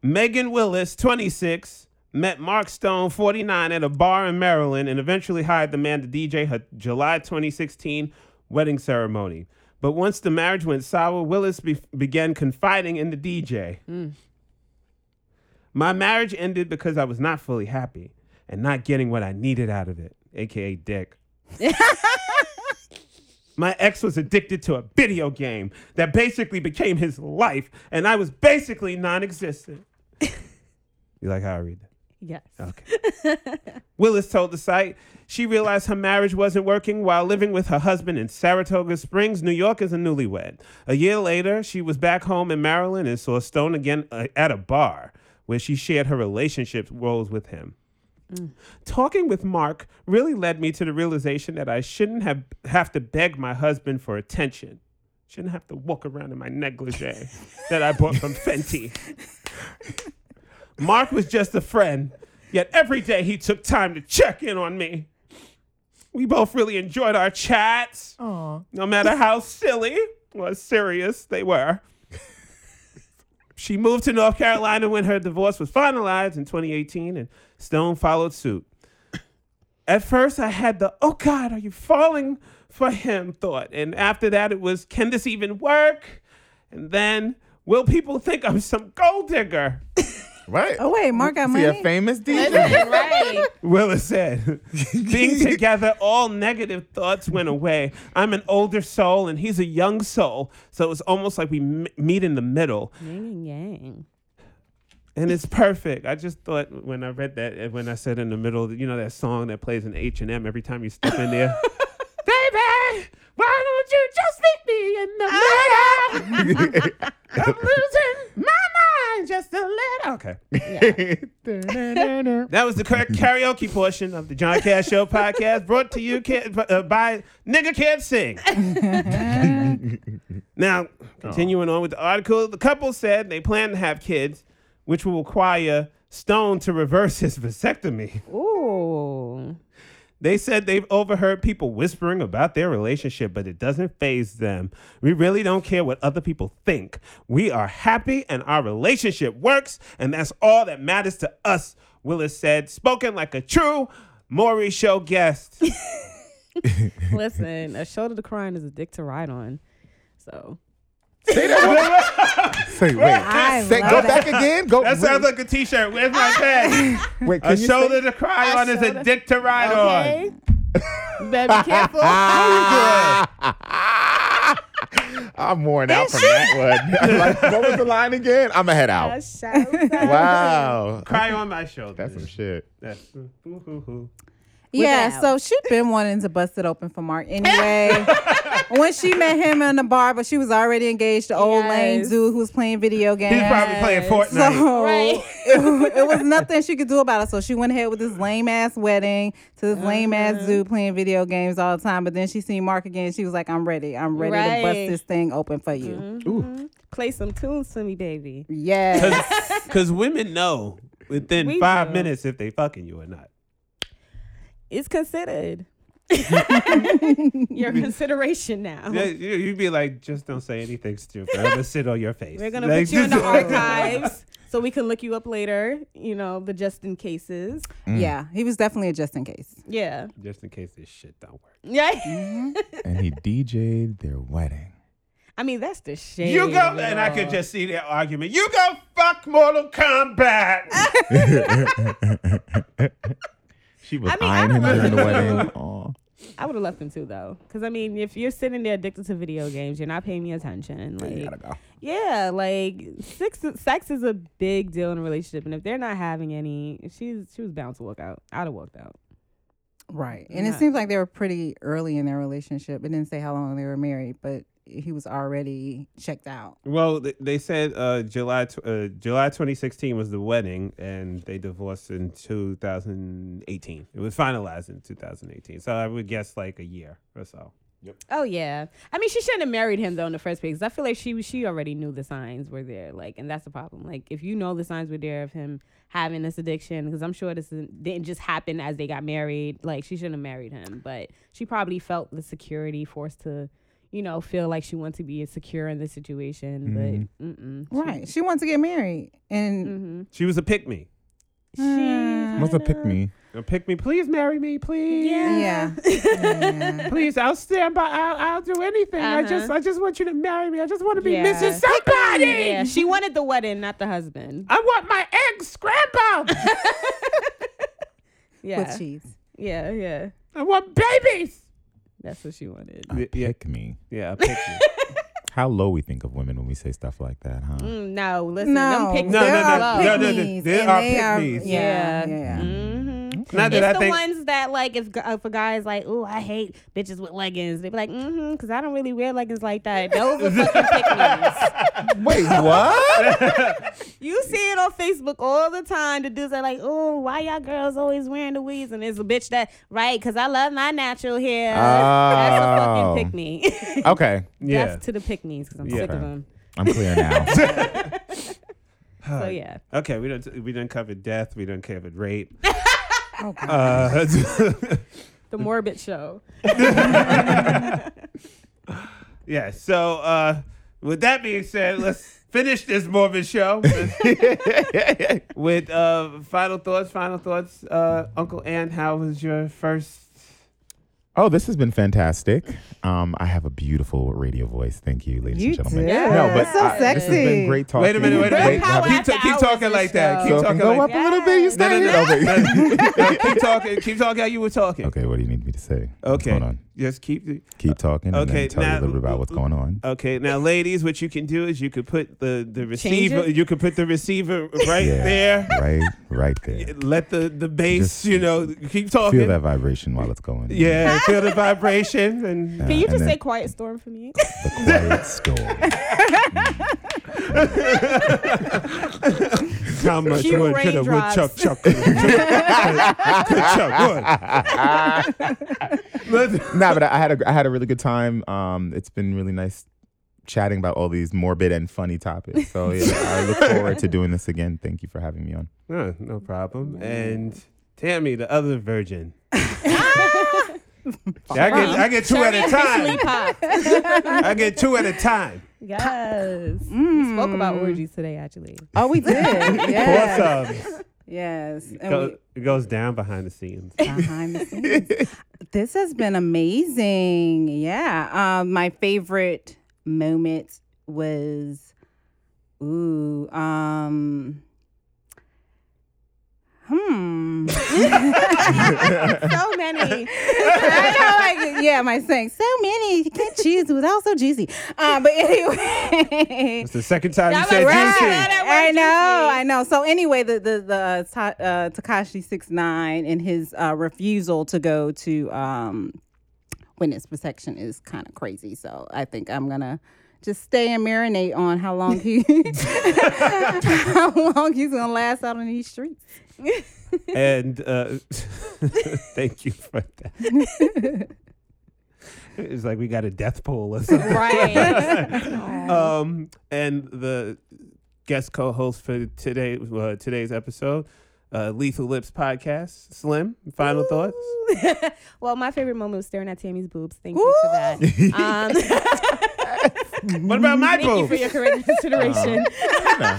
Speaker 1: Megan Willis, 26, met Mark Stone, 49, at a bar in Maryland and eventually hired the man to DJ her July 2016 wedding ceremony. But once the marriage went sour, Willis be- began confiding in the DJ. My marriage ended because I was not fully happy and not getting what I needed out of it, aka dick. My ex was addicted to a video game that basically became his life, and I was basically non existent. you like how I read that?
Speaker 2: Yes.
Speaker 3: Oh.
Speaker 1: Willis told the site she realized her marriage wasn't working while living with her husband in Saratoga Springs, New York, as a newlywed. A year later, she was back home in Maryland and saw Stone again uh, at a bar where she shared her relationship roles with him. Talking with Mark really led me to the realization that I shouldn't have, have to beg my husband for attention. Shouldn't have to walk around in my negligee that I bought from Fenty. Mark was just a friend, yet every day he took time to check in on me. We both really enjoyed our chats, no matter how silly or serious they were. She moved to North Carolina when her divorce was finalized in 2018, and Stone followed suit. At first, I had the, oh God, are you falling for him thought. And after that, it was, can this even work? And then, will people think I'm some gold digger?
Speaker 3: Right.
Speaker 4: Oh wait, Mark got
Speaker 3: See
Speaker 4: money.
Speaker 3: a famous DJ.
Speaker 2: right.
Speaker 1: Willis said, being together, all negative thoughts went away. I'm an older soul and he's a young soul. So it's almost like we m- meet in the middle
Speaker 2: Yin and yang.
Speaker 1: and it's perfect. I just thought when I read that, and when I said in the middle, you know, that song that plays in H&M every time you step in there. Baby, why don't you just meet me in the
Speaker 2: Ah!
Speaker 1: middle? I'm losing my mind just a little. Okay. That was the correct karaoke portion of the John Cash Show podcast, brought to you kid, uh, by Nigga Can't Sing. now, continuing on with the article, the couple said they plan to have kids, which will require Stone to reverse his vasectomy.
Speaker 2: Ooh.
Speaker 1: They said they've overheard people whispering about their relationship, but it doesn't phase them. We really don't care what other people think. We are happy and our relationship works, and that's all that matters to us, Willis said, spoken like a true Maury Show guest.
Speaker 2: Listen, a shoulder to cry on is a dick to ride on. So
Speaker 3: Say, wait.
Speaker 4: I
Speaker 3: Say,
Speaker 4: love
Speaker 3: go
Speaker 4: that.
Speaker 3: back again. Go.
Speaker 1: That sounds like a t shirt. Where's my pen?
Speaker 3: wait, can
Speaker 1: A
Speaker 3: you say-
Speaker 1: shoulder to cry on is a
Speaker 2: shoulder-
Speaker 1: dick to ride on.
Speaker 2: you better be careful.
Speaker 3: I'm worn out from that one. I'm like, what was the line again? I'm a head
Speaker 2: I
Speaker 3: out.
Speaker 2: shout out.
Speaker 3: Wow.
Speaker 1: Cry on my shoulder.
Speaker 3: That's some shit.
Speaker 1: That's- ooh, ooh, ooh.
Speaker 4: Yeah,
Speaker 2: Without.
Speaker 4: so she been wanting to bust it open for Mark anyway. when she met him in the bar, but she was already engaged to old lame
Speaker 2: Yes.
Speaker 4: dude who was playing video games.
Speaker 1: He's probably playing Fortnite.
Speaker 4: so
Speaker 2: Right.
Speaker 4: it, it was nothing she could do about it. So she went ahead with this lame ass wedding to this lame
Speaker 2: Uh-huh.
Speaker 4: ass dude playing video games all the time. But then she seen Mark again. She was like, "I'm ready. I'm ready to bust
Speaker 2: Right.
Speaker 4: this thing open for you."
Speaker 1: Mm-hmm.
Speaker 2: Play some tunes for me, baby.
Speaker 4: Yes.
Speaker 1: Because women know within
Speaker 2: We
Speaker 1: five
Speaker 2: do.
Speaker 1: minutes if they fucking you or not.
Speaker 2: It's considered. Your consideration now.
Speaker 1: Yeah, you, you'd be like, just don't say anything stupid. I'm gonna sit on your face.
Speaker 2: We're gonna
Speaker 1: Like,
Speaker 2: put you in the
Speaker 1: just-
Speaker 2: archives so we can look you up later. You know the just in cases.
Speaker 1: Mm.
Speaker 4: Yeah, he was definitely a just in case.
Speaker 2: Yeah.
Speaker 1: Just in case this shit don't work.
Speaker 2: Yeah.
Speaker 3: and he DJ'd their wedding.
Speaker 2: I mean, that's the shade.
Speaker 1: You go, and I could
Speaker 2: yo.
Speaker 1: just see their argument. You go fuck Mortal Kombat.
Speaker 2: Ah.
Speaker 3: She was
Speaker 2: I mean, I
Speaker 3: eyeing him
Speaker 2: don't
Speaker 3: during the
Speaker 2: know.
Speaker 3: wedding. Aw.
Speaker 2: I would have left them too, though. Because, I mean, if you're sitting there addicted to video games, you're not paying me attention.
Speaker 3: You
Speaker 2: Like,
Speaker 3: gotta go.
Speaker 2: yeah, like sex, sex is a big deal in a relationship. And if they're not having any, she's she was bound to walk out. I'd have walked out.
Speaker 4: Right. And
Speaker 2: Yeah.
Speaker 4: it seems like they were pretty early in their relationship. It didn't say how long they were married, but he was already checked out.
Speaker 1: Well, th- they said uh, July tw- uh, July 2016 was the wedding, and they divorced in 2018. It was finalized in 2018, so I would guess like a year or so.
Speaker 2: Oh yeah, I mean she shouldn't have married him though in the first place. 'cause I feel like she she already knew the signs were there, like, and that's the problem. Like if you know the signs were there of him having this addiction, because I'm sure this isn't- didn't just happen as they got married. Like she shouldn't have married him, but she probably felt the security forced to, you know, feel like she wanted to be secure in this situation. But mm-mm.
Speaker 4: Right. She wants to get married. And
Speaker 2: mm-hmm.
Speaker 1: She was a pick me.
Speaker 2: she
Speaker 3: What's a pick me?
Speaker 1: A pick me. Please marry me, please.
Speaker 4: yeah. Mm. yeah.
Speaker 1: Please, I'll stand by. I'll, I'll do anything. I
Speaker 2: Uh-huh.
Speaker 1: just, I just want you to marry me. I just want to be
Speaker 2: Yeah.
Speaker 1: Mrs. Somebody.
Speaker 2: Yeah, she wanted the wedding, not the husband.
Speaker 1: I want my eggs scrambled.
Speaker 2: Yeah,
Speaker 4: With cheese.
Speaker 2: yeah, yeah.
Speaker 1: I want babies.
Speaker 2: That's what she wanted.
Speaker 3: A
Speaker 1: Yeah, yeah.
Speaker 3: pick Uh, me.
Speaker 1: Yeah, a pick me.
Speaker 3: How low we think of women when we say stuff like that, huh?
Speaker 2: Mm, no, listen,
Speaker 4: No,
Speaker 2: them pick
Speaker 1: No,
Speaker 4: there
Speaker 1: no,
Speaker 4: are
Speaker 1: no,
Speaker 4: pick
Speaker 1: no, no, no,
Speaker 4: me's,
Speaker 1: there
Speaker 4: and
Speaker 1: are
Speaker 4: they are-
Speaker 1: pick me's.
Speaker 4: Yeah,
Speaker 2: Yeah.
Speaker 4: yeah, yeah.
Speaker 2: Mm-hmm.
Speaker 1: Not that
Speaker 2: it's
Speaker 1: I
Speaker 2: the
Speaker 1: think.
Speaker 2: ones that like if, gu- if a guy's like, "Ooh, I hate bitches with leggings," they be like, "Mm-hmm," because I don't really wear leggings like that. Those are fucking pick
Speaker 3: Wait, what?
Speaker 2: You see it on Facebook all the time. The dudes are like, "Oh, why y'all girls always wearing the weeds?" And it's a bitch that, right? Because I love my natural hair. That's a
Speaker 3: Oh.
Speaker 2: fucking pick me.
Speaker 3: okay,
Speaker 1: yeah.
Speaker 2: That's to the pick me's because I'm sick
Speaker 3: Yeah.
Speaker 2: of them.
Speaker 3: I'm clear now.
Speaker 2: So yeah,
Speaker 1: Okay, we don't we didn't cover death. We didn't cover rape.
Speaker 4: Oh, God.
Speaker 1: Uh,
Speaker 2: the morbid show.
Speaker 1: yeah. So uh, with that being said, let's finish this morbid show with, with, uh, final thoughts. Final thoughts, uh, Uncle Ann. How was your first?
Speaker 3: oh, this has been fantastic. Um, I have a beautiful radio voice. Thank you, ladies
Speaker 4: You
Speaker 3: and gentlemen.
Speaker 4: do.
Speaker 3: No, but
Speaker 4: That's so
Speaker 3: I- this has
Speaker 4: sexy.
Speaker 3: been great talking.
Speaker 1: Wait a minute. Wait a minute.
Speaker 3: Great having-
Speaker 2: Keep
Speaker 1: Keep,
Speaker 2: ta-
Speaker 1: keep talking like that. Keep
Speaker 3: So it can
Speaker 1: talking
Speaker 3: go
Speaker 1: like
Speaker 3: up a little bit. You
Speaker 2: Yes.
Speaker 1: No, no,
Speaker 3: stay
Speaker 1: no.
Speaker 3: here. Okay.
Speaker 1: No, keep talking. Keep talking how you were talking.
Speaker 3: Okay, what do you need me to say?
Speaker 1: Okay.
Speaker 3: Hold on.
Speaker 1: Just keep. The,
Speaker 3: Keep talking and
Speaker 1: Okay,
Speaker 3: then tell you
Speaker 1: now-
Speaker 3: a little bit about what's going on.
Speaker 1: Okay, now, ladies, what you can do is you could put the the receiver.
Speaker 2: it?
Speaker 1: You could put the receiver right
Speaker 3: Yeah,
Speaker 1: there.
Speaker 3: Right, right there.
Speaker 1: Let the the bass.
Speaker 3: Just
Speaker 1: You know, keep talking.
Speaker 3: Feel that vibration while it's going.
Speaker 1: Yeah, feel the vibration and
Speaker 2: Can you
Speaker 3: and
Speaker 2: just
Speaker 3: then-
Speaker 2: say "Quiet Storm" for me?
Speaker 3: The quiet storm.
Speaker 1: how much
Speaker 2: Cue
Speaker 1: wood could a
Speaker 2: raindrops.
Speaker 1: woodchuck chuck? Could chuck wood. Let's-
Speaker 3: nah, but I had a I had a really good time. Um, it's been really nice chatting about all these morbid and funny topics. So yeah, I look forward to doing this again. Thank you for having me on.
Speaker 1: No, no problem. And Tammy, the other virgin. I get I get two at a time.
Speaker 2: Officially popped.
Speaker 1: I get two at a time.
Speaker 2: Yes. We spoke about
Speaker 1: Mm.
Speaker 2: orgies today, actually.
Speaker 4: Oh, we did. yes.
Speaker 1: Awesome.
Speaker 4: Yes. And
Speaker 1: Go-
Speaker 4: we,
Speaker 1: It goes down behind the scenes.
Speaker 4: behind the scenes. this has been amazing. Yeah. Um, my favorite moment was, ooh, um, hmm.
Speaker 1: Oh,
Speaker 2: So many.
Speaker 4: I know, like, yeah, my saying so many. You can't choose. It was all so juicy. Uh, but anyway.
Speaker 1: It's the second time you
Speaker 2: Y'all
Speaker 1: said
Speaker 2: like,
Speaker 4: Right.
Speaker 1: juicy.
Speaker 2: That word
Speaker 4: I know,
Speaker 2: juicy.
Speaker 4: I know. So anyway, the the the uh, Ta- uh, Takashi six nine and his uh, refusal to go to um, witness protection is kind of crazy. So I think I'm gonna just stay and marinate on how long he how long he's gonna last out on these streets.
Speaker 1: and uh, thank you for that. it's like we got a death pool or something.
Speaker 2: Right.
Speaker 1: Um, and the guest co-host for today uh, today's episode, uh, Lethal Lips Podcast, Slim. Final thoughts.
Speaker 2: well, my favorite moment was staring at Tammy's boobs. Thank you for that. Um,
Speaker 1: What about my
Speaker 2: thank you for
Speaker 1: boobs? Uh-huh.
Speaker 2: your correct consideration.
Speaker 1: Uh,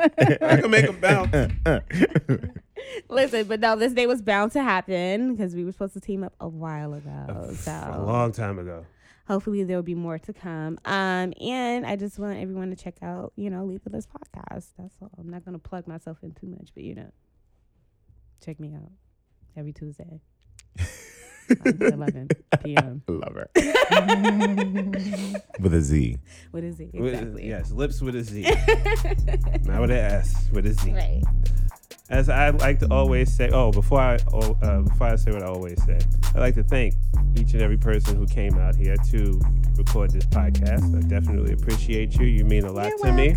Speaker 2: Oh,
Speaker 1: I can make them bounce.
Speaker 2: Listen, but no, this day was bound to happen because we were supposed to team up a while ago.
Speaker 1: A
Speaker 2: So
Speaker 1: long time ago.
Speaker 2: hopefully there will be more to come. Um, and I just want everyone to check out, you know, Leave This podcast. That's all. I'm not gonna plug myself in too much, but you know, check me out every Tuesday. until 11 p.m.
Speaker 3: Love her. With a Z.
Speaker 2: What is it
Speaker 1: With-
Speaker 2: exactly?
Speaker 1: Yes, lips with a Z. Not with an S, with a Z.
Speaker 2: Right.
Speaker 1: As I like to always say, oh, before I oh, uh, before I say what I always say, I'd like to thank each and every person who came out here to record this podcast. I definitely appreciate you. You mean a lot to me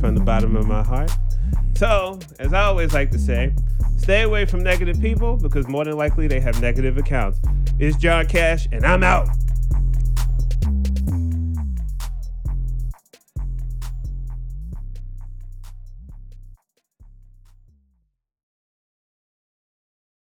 Speaker 1: from the bottom of my heart. So, as I always like to say, stay away from negative people because more than likely they have negative accounts. It's John Cash, and I'm out.